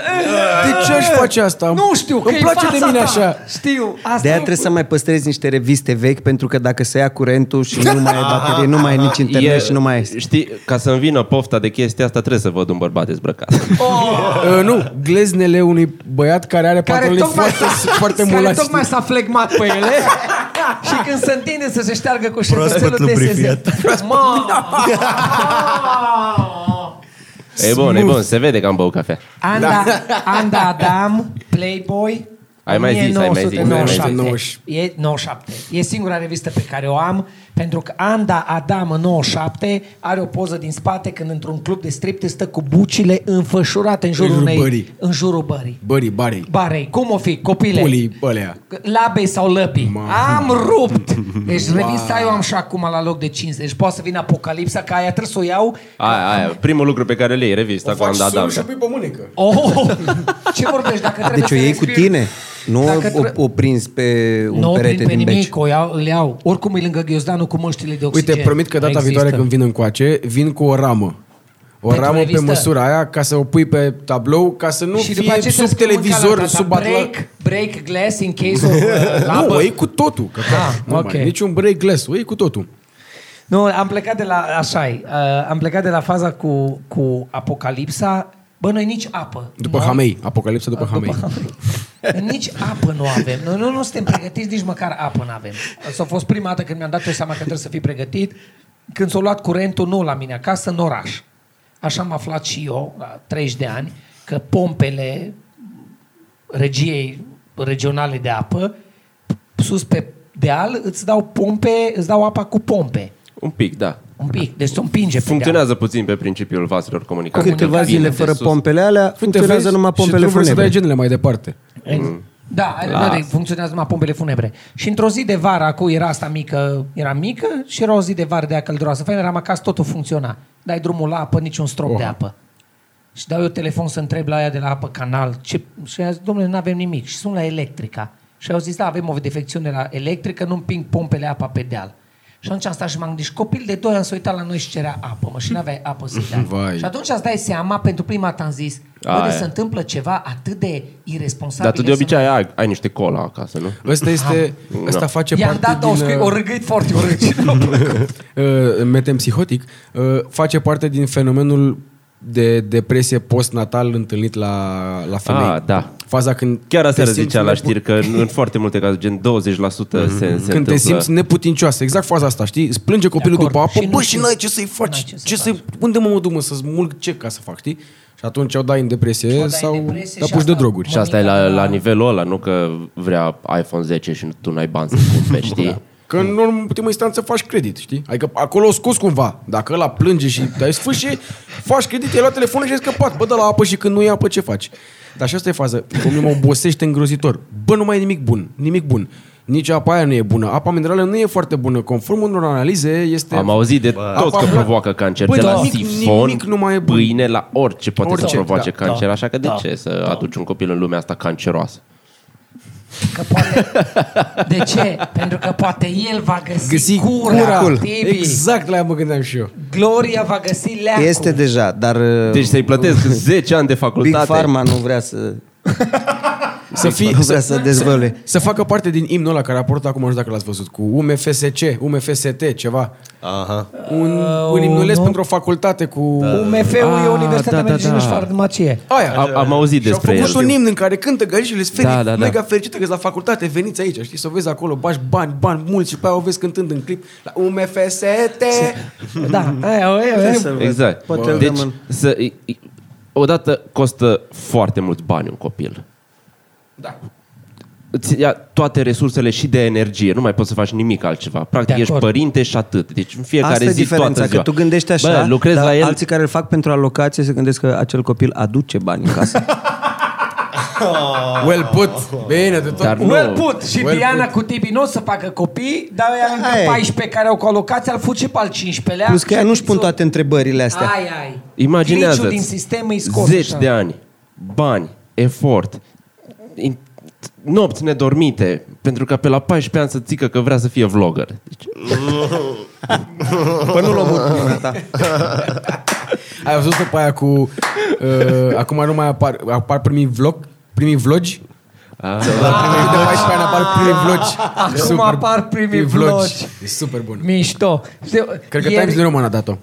Speaker 4: De ce aș face asta?
Speaker 3: Nu știu, că
Speaker 4: Îmi
Speaker 3: e
Speaker 4: place
Speaker 3: fața
Speaker 4: de mine
Speaker 3: ta.
Speaker 4: așa.
Speaker 3: Știu. Asta
Speaker 6: De aia
Speaker 3: e-
Speaker 6: trebuie să mai păstrezi niște reviste vechi pentru că dacă se ia curentul și nu mai ai baterie, nu mai ai nici internet și nu mai ai...
Speaker 1: Știi, ca să-mi vină pofta de chestia asta, trebuie să văd un bărbat dezbrăcat.
Speaker 4: Uh, nu, gleznele unui băiat care are
Speaker 3: care
Speaker 4: pantaloni
Speaker 3: tocmai,
Speaker 4: foarte, foarte
Speaker 3: care
Speaker 4: mulați.
Speaker 3: tocmai s-a flegmat pe ele și când se întinde să se șteargă cu șervețelul
Speaker 5: Proaspăt lubrifiat.
Speaker 3: de Mă!
Speaker 1: e bun, e bun, se vede că am băut cafea.
Speaker 6: Da.
Speaker 3: Anda, Anda Adam, Playboy,
Speaker 1: Ai mai zis, ai mai zis.
Speaker 3: 1997.
Speaker 4: ai mai zis.
Speaker 3: E 97. E singura revistă pe care o am, pentru că Anda Adam în 97 are o poză din spate când într-un club de stripte stă cu bucile înfășurate în jurul,
Speaker 4: jurul
Speaker 3: unei,
Speaker 4: bării.
Speaker 3: în jurul bării.
Speaker 4: Bării, barei,
Speaker 3: Barei, cum o fi, copile?
Speaker 4: pulii, alea.
Speaker 3: Labei sau lăpii. Am rupt! Deci revista eu am și acum la loc de 50. Poate să vină apocalipsa, ca aia trebuie să o iau.
Speaker 1: Aia, aia, primul lucru pe care le iei, revista cu da. Anda Adam.
Speaker 4: pui pe mânecă.
Speaker 3: Oh! Ce vorbești dacă trebuie
Speaker 6: Deci
Speaker 3: să
Speaker 6: o iei cu
Speaker 3: respiri?
Speaker 6: tine? Nu
Speaker 3: Dacă tre-
Speaker 6: o, o prins pe un
Speaker 3: nu
Speaker 6: perete
Speaker 3: prin pe
Speaker 6: din beci.
Speaker 3: nimic, o iau, le iau. Oricum e lângă ghiozdanul cu măștile de oxigen.
Speaker 4: Uite, promit că data
Speaker 3: Există.
Speaker 4: viitoare când vin încoace, vin cu o ramă. O
Speaker 3: Pentru
Speaker 4: ramă pe
Speaker 3: revistă.
Speaker 4: măsura aia ca să o pui pe tablou, ca să nu
Speaker 3: și după
Speaker 4: fie
Speaker 3: aceea
Speaker 4: sub
Speaker 3: trebuie să spui mâncarea
Speaker 4: televizor,
Speaker 3: ta,
Speaker 4: sub
Speaker 3: ta,
Speaker 4: atla...
Speaker 3: break, break glass in case of uh,
Speaker 4: Nu,
Speaker 3: labă.
Speaker 4: o iei cu totul. Că
Speaker 3: Ah,
Speaker 4: nu
Speaker 3: ok.
Speaker 4: mai, niciun break glass, o iei cu totul.
Speaker 3: Nu, am plecat de la, așa uh, am plecat de la faza cu, cu apocalipsa. Bă, noi nici apă.
Speaker 4: După
Speaker 3: nu am-
Speaker 4: Hamei, apocalipsa
Speaker 3: Ah,
Speaker 4: după Hamei.
Speaker 3: Nici apă nu avem. Noi nu, nu suntem pregătiți, nici măcar apă nu avem. Asta a fost prima dată când mi-am dat eu seama că trebuie să fii pregătit. Când s-a luat curentul, nu la mine acasă, în oraș. Așa am aflat și eu, la 30 de ani, că pompele regiei regionale de apă, sus pe deal, îți dau pompe, îți dau apa cu pompe.
Speaker 1: Un pic, da.
Speaker 3: Un pic, deci se împinge pe deal.
Speaker 1: Funcționează puțin pe principiul vaselor comunicare.
Speaker 6: Câteva zile fără pompele alea, funcționează numai
Speaker 4: și
Speaker 6: pompele
Speaker 4: tu vrei să dai
Speaker 6: funebre.
Speaker 4: genele mai departe.
Speaker 3: Da, da, da, funcționează numai pompele funebre. Și într-o zi de vară, acum era asta mică, era mică și era o zi de vară de aia călduroasă. Fain, eram acasă, totul funcționa. Dai drumul la apă, niciun strop oh. de apă. Și dau eu telefon să întreb la aia de la apă canal. Ce? Și a zis, domnule, nu avem nimic. Și sunt la electrica. Și au zis, da, avem o defecțiune la electrică, nu împing pompele apa pe deal. Și atunci am stat și m-am gândit, și copil de 2 ani s-a uitat la noi și cerea apă, mă, și n-aveai apă să dea.
Speaker 4: Vai.
Speaker 3: și atunci îți dai seama, pentru prima dată am zis, bă,
Speaker 1: Aia.
Speaker 3: de se întâmplă ceva atât de irresponsabil.
Speaker 1: Dar tu de
Speaker 3: să nu-
Speaker 1: obicei ai, ai niște cola acasă, nu?
Speaker 4: Ăsta este, ăsta face
Speaker 3: Ah. I-am
Speaker 4: parte
Speaker 3: dat o,
Speaker 4: din...
Speaker 3: scri- o râgâit foarte urât și nu
Speaker 4: uh, metempsihotic, uh, face parte din fenomenul de depresie postnatal întâlnit la, la femei.
Speaker 1: Ah, da.
Speaker 4: Faza când
Speaker 1: Chiar aseară
Speaker 4: te simți
Speaker 1: zicea la
Speaker 4: nepu-
Speaker 1: știri că în în foarte multe cazuri, gen 20% se, se
Speaker 4: Când te
Speaker 1: întâmplă.
Speaker 4: simți neputincioasă, exact faza asta, știi? Îți plânge copilul
Speaker 3: De acord.
Speaker 4: după apă,
Speaker 3: Și nu
Speaker 4: bă,
Speaker 3: știi-
Speaker 4: și n-ai ce să-i
Speaker 3: n-ai
Speaker 4: faci,
Speaker 3: ce să
Speaker 4: ce să unde mă mă duc, mă, să-ți mulg ce ca să fac, știi? Și atunci o dai în depresie
Speaker 3: în
Speaker 4: sau
Speaker 3: depresie
Speaker 4: te
Speaker 3: și
Speaker 4: apuci de
Speaker 3: asta-
Speaker 4: droguri.
Speaker 1: Și asta e la, la nivelul ăla, nu că vrea iPhone 10 și tu n-ai bani să cumperi, știi?
Speaker 4: Că în ultimă instanță faci credit, știi? Adică acolo o scos cumva. Dacă ăla plânge și dai sfârșie, faci credit, e la telefon și ai scăpat. Bă, de la apă și când nu e apă, ce faci? Dar și asta e faza. Omul mă obosește îngrozitor. Bă, nu mai e nimic bun. Nimic bun. Nici apa aia nu e bună. Apa minerală nu e foarte bună. Conform unor analize, este...
Speaker 1: Am auzit de tot că
Speaker 4: Apa-
Speaker 1: provoacă cancer,
Speaker 4: Bă,
Speaker 1: de la
Speaker 4: da. Nimic-
Speaker 1: sifon,
Speaker 4: nimic nu mai e bun.
Speaker 1: pâine, la orice poate să
Speaker 4: Orice,
Speaker 1: provoace
Speaker 4: da,
Speaker 1: cancer,
Speaker 3: da,
Speaker 1: așa că de
Speaker 3: da,
Speaker 1: ce să aduci un copil în lumea asta canceroasă?
Speaker 3: Că poate... De ce? Pentru că poate el va găsi,
Speaker 4: Găsi
Speaker 3: cura,
Speaker 4: cura.
Speaker 3: Tibi.
Speaker 4: Exact la aia mă gândeam și eu.
Speaker 3: Gloria va găsi leacul.
Speaker 6: Este deja, dar
Speaker 1: Deci
Speaker 6: deci,
Speaker 1: să-i plătesc 10 ani de
Speaker 6: Big
Speaker 1: facultate.
Speaker 6: Pharma nu vrea să,
Speaker 4: Să fii...
Speaker 6: nu vrea să dezvăluie.
Speaker 4: Să facă parte din imnul ăla care a apărut acum, nu știu dacă l-ați văzut, cu UMFSC, UMFST, ceva.
Speaker 5: Aha.
Speaker 4: Un,
Speaker 1: Uh,
Speaker 4: un imnulesc pentru o facultate cu...
Speaker 3: UMF-ul e
Speaker 1: Ah,
Speaker 3: Universitatea
Speaker 1: da,
Speaker 3: da,
Speaker 1: da,
Speaker 3: Medicină
Speaker 1: da.
Speaker 3: da, și Farmacie.
Speaker 4: Aia.
Speaker 1: Am, am auzit
Speaker 4: Și au
Speaker 1: despre
Speaker 4: făcut
Speaker 1: el.
Speaker 4: un imn în care cântă gărici și le sunt
Speaker 1: Da,
Speaker 4: da,
Speaker 1: da,
Speaker 4: da,
Speaker 1: da.
Speaker 4: mega fericită că la facultate, veniți aici, știi, să o vezi acolo, bași bani, bani mulți și pe aia o vezi cântând în clip la UMFST.
Speaker 3: Da, aia, aia, aia.
Speaker 6: Să văd.
Speaker 1: Exact.
Speaker 6: Poate îl
Speaker 1: deci,
Speaker 6: dăm în-
Speaker 1: să, i- i- odată costă foarte mulți bani un copil.
Speaker 4: Da.
Speaker 1: Îți ia toate resursele și de energie, nu mai poți să faci nimic altceva. Practic
Speaker 3: De
Speaker 1: ești
Speaker 3: acord.
Speaker 1: părinte și atât. Deci în fiecare
Speaker 6: Asta e
Speaker 1: zi, toată
Speaker 6: diferența,
Speaker 1: ziua.
Speaker 6: că tu gândești așa,
Speaker 1: Bă, lucrez
Speaker 6: dar
Speaker 1: la el,
Speaker 6: alții care îl fac pentru alocație se gândesc că acel copil aduce bani în casă.
Speaker 4: Well put. Bine, de tot.
Speaker 1: Dar nu.
Speaker 3: Well put. Și
Speaker 4: Well
Speaker 3: Diana cu Tibi nu o să facă copii, dar ea
Speaker 6: Aia e.
Speaker 3: încă 14 care au cu alocație, al fut și pe al 15-lea.
Speaker 6: Plus că ea nu-și
Speaker 3: Exact.
Speaker 6: pun toate întrebările
Speaker 3: astea.
Speaker 6: astea.
Speaker 3: Ai, ai.
Speaker 1: imaginează
Speaker 3: Glitch-ul din sistem îi scos.
Speaker 1: zeci
Speaker 3: așa.
Speaker 1: de ani, bani, efort, in, nopți nedormite, pentru că pe la 14 ani să țică că vrea să fie vlogger. Deci,
Speaker 6: Păi nu luăm urmă, ta.
Speaker 4: Ai văzut după aia cu... Uh, acum nu mai apar, apar primii vlog, primii vlogi? Ah. De 14 ani apar primii vlogi.
Speaker 3: Ah, Acum apar primii vlogi.
Speaker 4: E super bun.
Speaker 3: Mișto. Știu,
Speaker 4: Cred că
Speaker 3: ieri-
Speaker 4: Times New Roman a dat-o.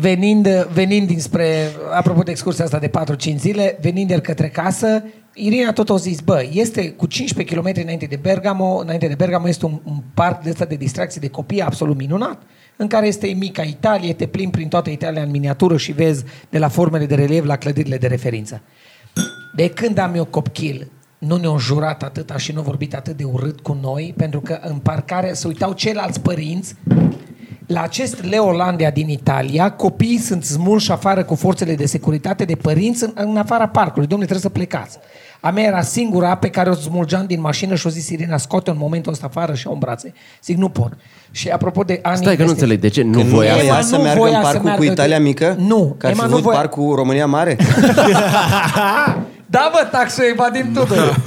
Speaker 3: venind, venind dinspre, apropo de excursia asta de 4-5 zile, venind el către casă, Irina tot o zis, bă, este cu 15 km înainte de Bergamo, înainte de Bergamo este un, un parc de ăsta de distracții de copii absolut minunat, în care este mica Italie, te plimbi prin toată Italia în miniatură și vezi de la formele de relief la clădirile de referință. De când am eu copil, nu ne-au jurat atâta și nu au vorbit atât de urât cu noi, pentru că în parcare se uitau ceilalți părinți la acest Leolandia din Italia, copiii sunt smulși afară cu forțele de securitate de părinți în, în afara parcului. Domnule, trebuie să plecați. A mea era singura pe care o smulgeam din mașină și o zis Irina, scoate în momentul ăsta afară și o în brațe. Zic, nu pot. Și apropo de ani...
Speaker 1: Stai că nu
Speaker 3: peste-
Speaker 1: înțeleg de ce nu
Speaker 6: Când
Speaker 1: voia.
Speaker 6: nu voia
Speaker 3: Emma
Speaker 6: să
Speaker 3: nu
Speaker 6: meargă
Speaker 3: voia
Speaker 6: în
Speaker 3: să
Speaker 6: parcul
Speaker 3: meargă
Speaker 6: cu
Speaker 3: de-
Speaker 6: Italia mică?
Speaker 3: Nu,
Speaker 6: Că ar fi
Speaker 3: Emma nu
Speaker 6: vrut
Speaker 3: voia-
Speaker 6: parcul România Mare?
Speaker 3: Da, bă, taxul Evadim Tudor.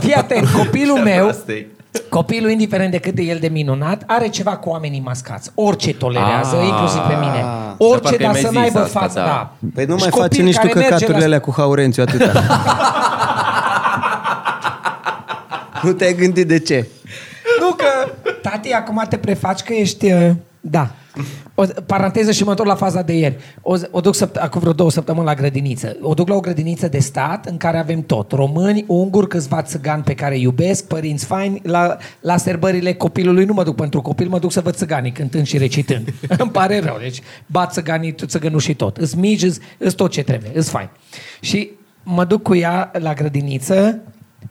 Speaker 3: Fii atent, copilul meu, copilul, indiferent de cât de el de minunat, are ceva cu oamenii mascați. Orice tolerează,
Speaker 1: Ah,
Speaker 3: inclusiv pe mine.
Speaker 1: da,
Speaker 3: Orice,
Speaker 1: parcă
Speaker 3: dar
Speaker 1: ai
Speaker 3: să
Speaker 1: mai
Speaker 3: n-aibă
Speaker 1: zis asta,
Speaker 3: față.
Speaker 1: da.
Speaker 3: Da.
Speaker 6: Păi nu
Speaker 3: Și
Speaker 6: mai
Speaker 3: copil
Speaker 6: faci nici tu
Speaker 3: care merge la
Speaker 6: căcaturile alea cu Haurențiu atâta. nu te-ai gândit de ce?
Speaker 3: Nu că, tati, acum te prefaci că ești... uh, Da. O, paranteză și mă întorc la faza de ieri. O, o duc săpt- acum vreo două săptămâni la grădiniță. O duc la o grădiniță de stat în care avem tot. Români, unguri, câțiva țigani pe care îi iubesc, părinți faini. La, la serbările copilului nu mă duc pentru copil, mă duc să văd țiganii cântând și recitând. Îmi pare rău. Deci bat țiganii, tu țigănul și tot. Îs mici, îs- îs tot ce trebuie, îs fain. Și mă duc cu ea la grădiniță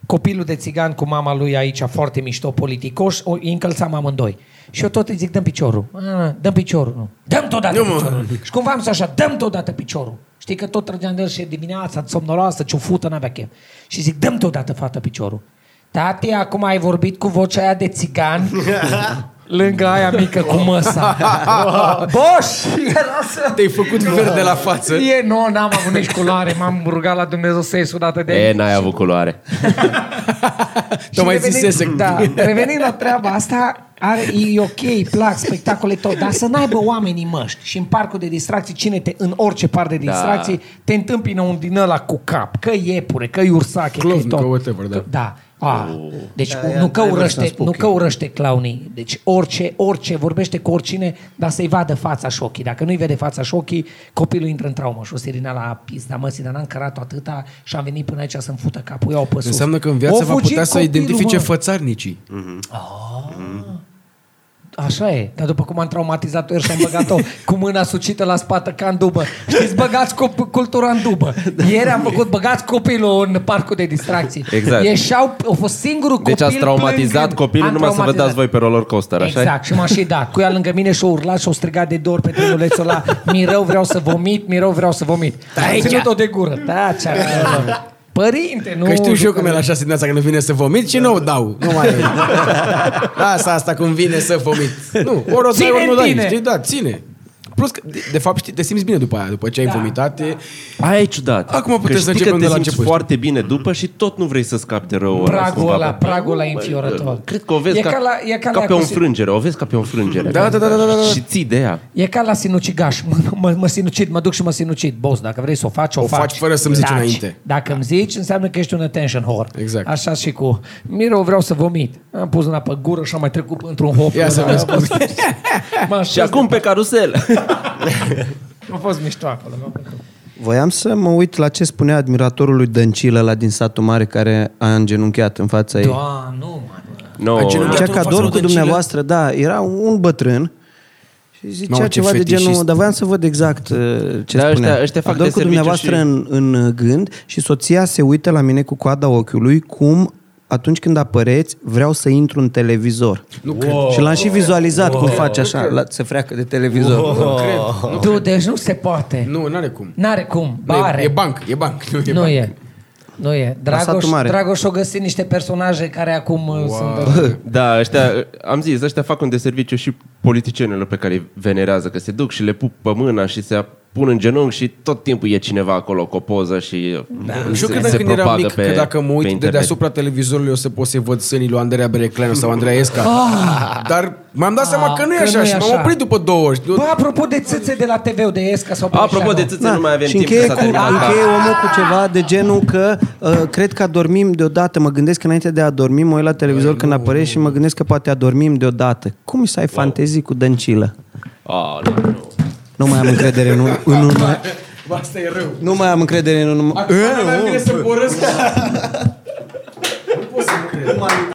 Speaker 3: copilul de țigan cu mama lui aici, foarte mișto, politicoș, o îi încălțam amândoi. Și eu tot îi zic, dăm piciorul. Ah, dăm piciorul, nu. Dăm totodată piciorul. Și cumva am zis așa, dăm totodată piciorul. Știi că tot trăgeam de el și dimineața, somnoroasă, ciufută, n-avea chef. Și zic, dăm totodată, fată, piciorul. Tati, acum ai vorbit cu vocea aia de țigan lângă aia mică cu măsa. Boș! Era să...
Speaker 4: Te-ai făcut verde la față.
Speaker 3: E, nu, n-am avut nici culoare, m-am rugat la Dumnezeu să ies odată de
Speaker 1: E, n-ai avut culoare.
Speaker 3: Și
Speaker 4: mai
Speaker 3: revenind-
Speaker 4: zisese.
Speaker 3: Da, revenind la treaba asta, are, e ok, îi plac spectacole tot, dar să n-aibă oamenii măști. Și în parcul de distracții, cine te, în orice parc de distracții, te întâmpină un din ăla cu cap, că e iepure, că e ursache, că
Speaker 4: Clown,
Speaker 3: tot.
Speaker 4: că whatever, da.
Speaker 3: da. A, deci
Speaker 6: Da,
Speaker 3: nu,
Speaker 6: e-
Speaker 3: că
Speaker 6: e
Speaker 3: urăște,
Speaker 6: spooky.
Speaker 3: nu că urăște clownii. Deci orice, orice, vorbește cu oricine, dar să-i vadă fața și ochii. Dacă nu-i vede fața și ochii, copilul intră în traumă. Și o sirina la pizda, măsii, dar n-am cărat atâta și am venit până aici să-mi fută capul. Iau pe sus.
Speaker 4: Înseamnă că în
Speaker 3: O
Speaker 4: viață va
Speaker 3: fugi
Speaker 4: putea să
Speaker 3: copilul,
Speaker 4: identifice
Speaker 3: mă.
Speaker 4: fățarnicii.
Speaker 3: Așa e, dar după cum am traumatizat-o ieri și am băgat-o cu mâna sucită la spate ca în dubă. Știți, băgați cop- cultura în dubă.
Speaker 4: Da.
Speaker 3: Ieri am făcut, băgați copilul în parcul de distracții.
Speaker 1: Exact.
Speaker 3: Ieșeau, a fost singurul copil
Speaker 1: Deci ați traumatizat
Speaker 3: plângând.
Speaker 1: copilul
Speaker 3: Am
Speaker 1: numai să vă
Speaker 3: traumatizat.
Speaker 1: dați voi pe roller coaster, așa
Speaker 3: Exact, și m-a și dat. Cu ea lângă mine și-o urlat și-o strigat de dor pe trenulețul ăla. Mi rău vreau să vomit, mi rău vreau să vomit. Am ținut-o de gură. Da, ce Părinte, nu...
Speaker 4: Că știu și eu cum
Speaker 3: jucăre.
Speaker 4: e la șase dimineața când îmi vine să vomit și nu o dau. Nu mai e. Lasă asta cum vine să vomit. Nu, ori o dai,
Speaker 3: Ține
Speaker 4: ori nu o
Speaker 3: în
Speaker 4: dai.
Speaker 3: tine.
Speaker 4: Știi, da, ține. Plus că, de, de fapt, știi, te simți bine după aia, după
Speaker 3: Da.
Speaker 4: ce ai vomitat. e-
Speaker 1: Aia e ciudat.
Speaker 4: Acum
Speaker 1: Că
Speaker 4: putem să
Speaker 1: știi
Speaker 4: începem
Speaker 1: că te
Speaker 4: de la
Speaker 1: simți
Speaker 4: început.
Speaker 1: foarte bine după și tot nu vrei să scapi de rău ăla
Speaker 3: Pragul
Speaker 1: cumva.
Speaker 3: ăla, pragul ăla
Speaker 1: Băi,
Speaker 3: înfiorător.
Speaker 1: Cred că o vezi
Speaker 3: E
Speaker 1: ca,
Speaker 3: ca la- e ca
Speaker 1: ca,
Speaker 3: la
Speaker 1: pe o
Speaker 3: cu-
Speaker 1: înfrângere. O vezi ca pe o înfrângere.
Speaker 4: Da, da, da, da, da, da.
Speaker 1: Și ții de ea.
Speaker 3: E ca la sinucigaș. Mă, mă, mă sinucid, mă duc și mă sinucid. Boss, dacă vrei să o faci, o,
Speaker 4: O faci fără să-mi zici
Speaker 3: Taci.
Speaker 4: înainte.
Speaker 3: Dacă îmi zici, înseamnă că ești un attention whore.
Speaker 4: Exact.
Speaker 3: Așa și cu Miro, vreau să vomit. Am pus mâna pe gură și am mai trecut într-un hop.
Speaker 4: Ia să vezi cum-
Speaker 3: Mă,
Speaker 1: Și acum pe carusel.
Speaker 3: A fost mișto acolo. mi-a plăcut.
Speaker 6: Voiam să mă uit la ce spunea admiratorul lui Dăncilă, la din satul mare, care a îngenunchiat în fața ei.
Speaker 3: Doamne, nu, mă.
Speaker 1: No.
Speaker 4: Ai genunchiat
Speaker 6: Zicea
Speaker 4: Admiratorul față lui
Speaker 6: că ador cu
Speaker 4: Dăncilă?
Speaker 6: dumneavoastră, da, era un bătrân și zicea
Speaker 4: Mamă, ce
Speaker 6: ceva de genul,
Speaker 4: fetișist.
Speaker 6: dar voiam să văd exact uh, ce
Speaker 1: Da,
Speaker 6: spunea.
Speaker 1: ăștia- ăștia fac
Speaker 6: ador
Speaker 1: de
Speaker 6: cu
Speaker 1: serviciu
Speaker 6: dumneavoastră
Speaker 1: și-
Speaker 6: în, în gând și soția se uită la mine cu coada ochiului cum atunci când apăreți, vreau să intru în televizor. Nu wow. Și l-am și vizualizat wow. cum face așa, la, se freacă de televizor. Wow.
Speaker 3: Tu, deci nu se poate.
Speaker 4: Nu, n-are cum.
Speaker 3: N-are cum.
Speaker 4: Nu,
Speaker 3: Bare.
Speaker 4: E, e banc, e banc. Nu e,
Speaker 3: Nu
Speaker 4: banc.
Speaker 3: e. Nu e. Dragoș,
Speaker 6: satul mare.
Speaker 3: Dragoș o găsit niște personaje care acum wow. sunt...
Speaker 1: Da, ăștia, am zis, ăștia fac un deserviciu și politicienilor pe care îi venerează, că se duc și le pup pe mâna și se pun în genunchi și tot timpul e cineva acolo cu o poză și da.
Speaker 4: Și eu
Speaker 1: se,
Speaker 4: credeam
Speaker 1: se
Speaker 4: când eram
Speaker 1: propadă
Speaker 4: mic
Speaker 1: pe,
Speaker 4: că dacă mă
Speaker 1: pe
Speaker 4: uit de
Speaker 1: internet.
Speaker 4: deasupra televizorului o să pot să-i văd sânii lui Andreea Berecleanu sau Andreea Esca. Dar m-am dat seama că nu e
Speaker 3: Ah! că
Speaker 4: așa
Speaker 3: nu e
Speaker 4: și m-am
Speaker 3: așa.
Speaker 4: oprit după două ori. Nu-
Speaker 3: Bă, apropo de țâțe de la TV-ul de Esca sau
Speaker 1: Apropo de
Speaker 3: Băișanu.
Speaker 4: Da.
Speaker 1: țâțe, nu mai avem
Speaker 6: și
Speaker 1: timp
Speaker 6: încheie,
Speaker 1: că s-a
Speaker 6: cu,
Speaker 1: terminat.
Speaker 6: încheie omul cu ceva de genul că uh, cred că adormim deodată. Mă gândesc că înainte de a dormi, mă uit la televizor când apare și mă gândesc că poate adormim deodată. Cum să ai fantezii cu dăncilă?
Speaker 1: Ah, nu, nu.
Speaker 6: Nu mai am încredere în, un- în un...
Speaker 4: Bă, Asta e rău.
Speaker 6: Nu mai am Eh, încredere în un...
Speaker 4: Acum nu mai vine să porăsc. Nu pot să cred.